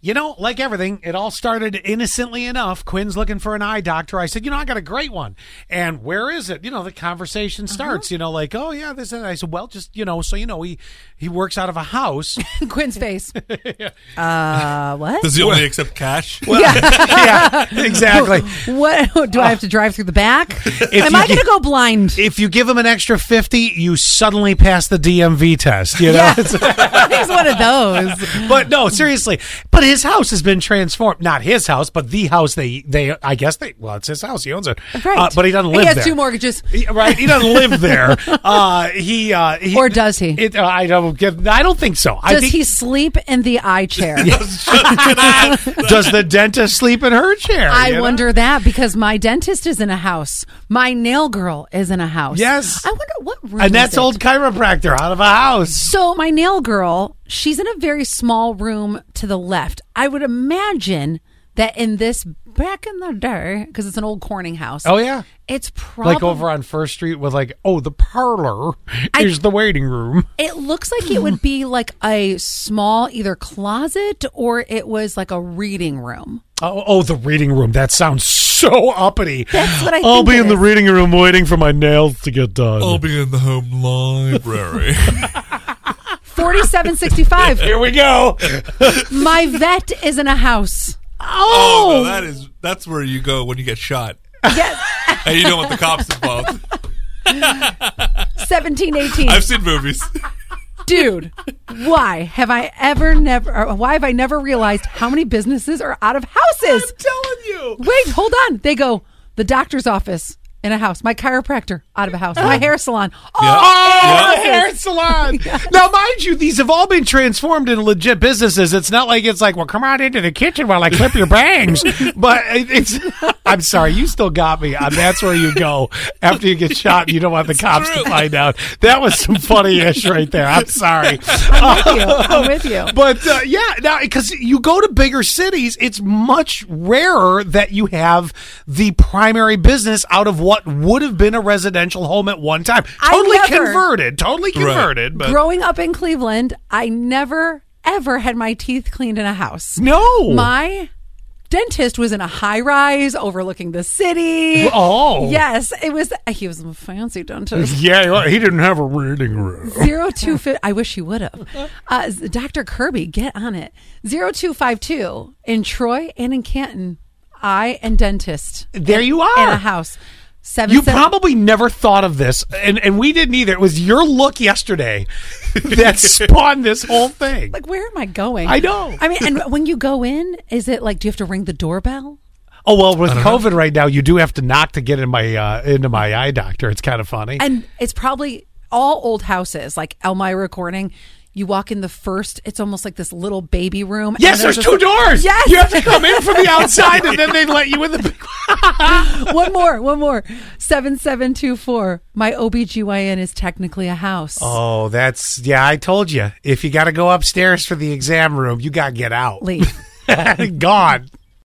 You know, like everything, it all started innocently enough. Quinn's looking for an eye doctor. I said, you know, I got a great one. And where is it? You know, the conversation Uh-huh. starts, you know, like, oh, yeah, this and that. I said, well, just, you know, so, you know, he, he works out of a house. Quinn's face. Uh, what? Does he only accept cash? yeah, exactly. What do I have to drive through the back? Am you I going to get- go blind? If you give him an extra 50, you suddenly pass the DMV test, you know? Yeah. He's one of those. but no, seriously. But his house has been transformed. Not his house, but the house they they. I guess they. Well, it's his house. He owns it. Right. Uh, but he doesn't live He has there. two mortgages. He- Right, he doesn't live there. Uh, he, uh, he- Or does he? It, uh, I don't get. I don't think so. I Does think he sleep in the eye chair? does the dentist sleep in her chair? you I know? wonder that because my dentist is in a house. My nail girl is in a house. Yes. I wonder what room. And is that's it? old chiropractor out of a house. So my nail girl, she's in a very small room to the left. I would imagine that in this back in the day, because it's an old Corning house. Oh yeah. It's probably Like over on First Street with like, oh, the parlor I- is the waiting room. It looks like it would be like a small either closet or it was like a reading room. Oh, oh, the reading room. That sounds so uppity. That's what I will think be it in the is. reading room waiting for my nails to get done. I'll be in the home library. 4765. Here we go. My vet is in a house. oh, no, that is that's where you go when you get shot. Yes. And you don't want the cops involved. 1718. I've seen movies. Oh, Dude, why have I ever never or why have I never realized how many businesses are out of houses? telling you. Wait, hold on. They go the doctor's office in a house, my chiropractor out of a house, my hair salon. Oh, Oh, Yeah. the hair salon. Now, mind you, these have all been transformed into legit businesses. It's not like it's like, well, come on into the kitchen while I clip your bangs. but it- it's, I'm sorry, you still got me. Uh, That's where you go after you get shot. and You don't want the cops true. to find out. That was some funny ish right there. I'm sorry. Um, I'm with you. I'm with you. but uh, yeah, now because you go to bigger cities, it's much rarer that you have the primary business out of what would have been a residential home at one time. I Totally never- converted, totally converted. But Growing up in Cleveland, I never ever had my teeth cleaned in a house. no, My dentist was in a high rise overlooking the city. oh Yes, it was. He was a fancy dentist. yeah, well, he didn't have a reading room. Zero two fifty. I wish he would have. Uh, Dr. Kirby, get on it. Zero two five two in Troy and in Canton. I and dentist There you are. in a house. Seven. You seven- probably never thought of this, and, and we didn't either. It was your look yesterday that spawned this whole thing. like where am I going? I know. I mean, and when you go in, is it like do you have to ring the doorbell? Oh well, with COVID right now, you do have to knock to get in my uh, into my eye doctor. It's kind of funny. And it's probably all old houses, like Elmira Corning. You walk in the first, it's almost like this little baby room. and Yes, there's, this- two doors. Yes. you have to come in from the outside, and then they let you in the. big one more, one more. 7724. My OBGYN is technically a house. Oh, that's yeah. I told you, if you got to go upstairs for the exam room, you got to get out. Leave. Gone.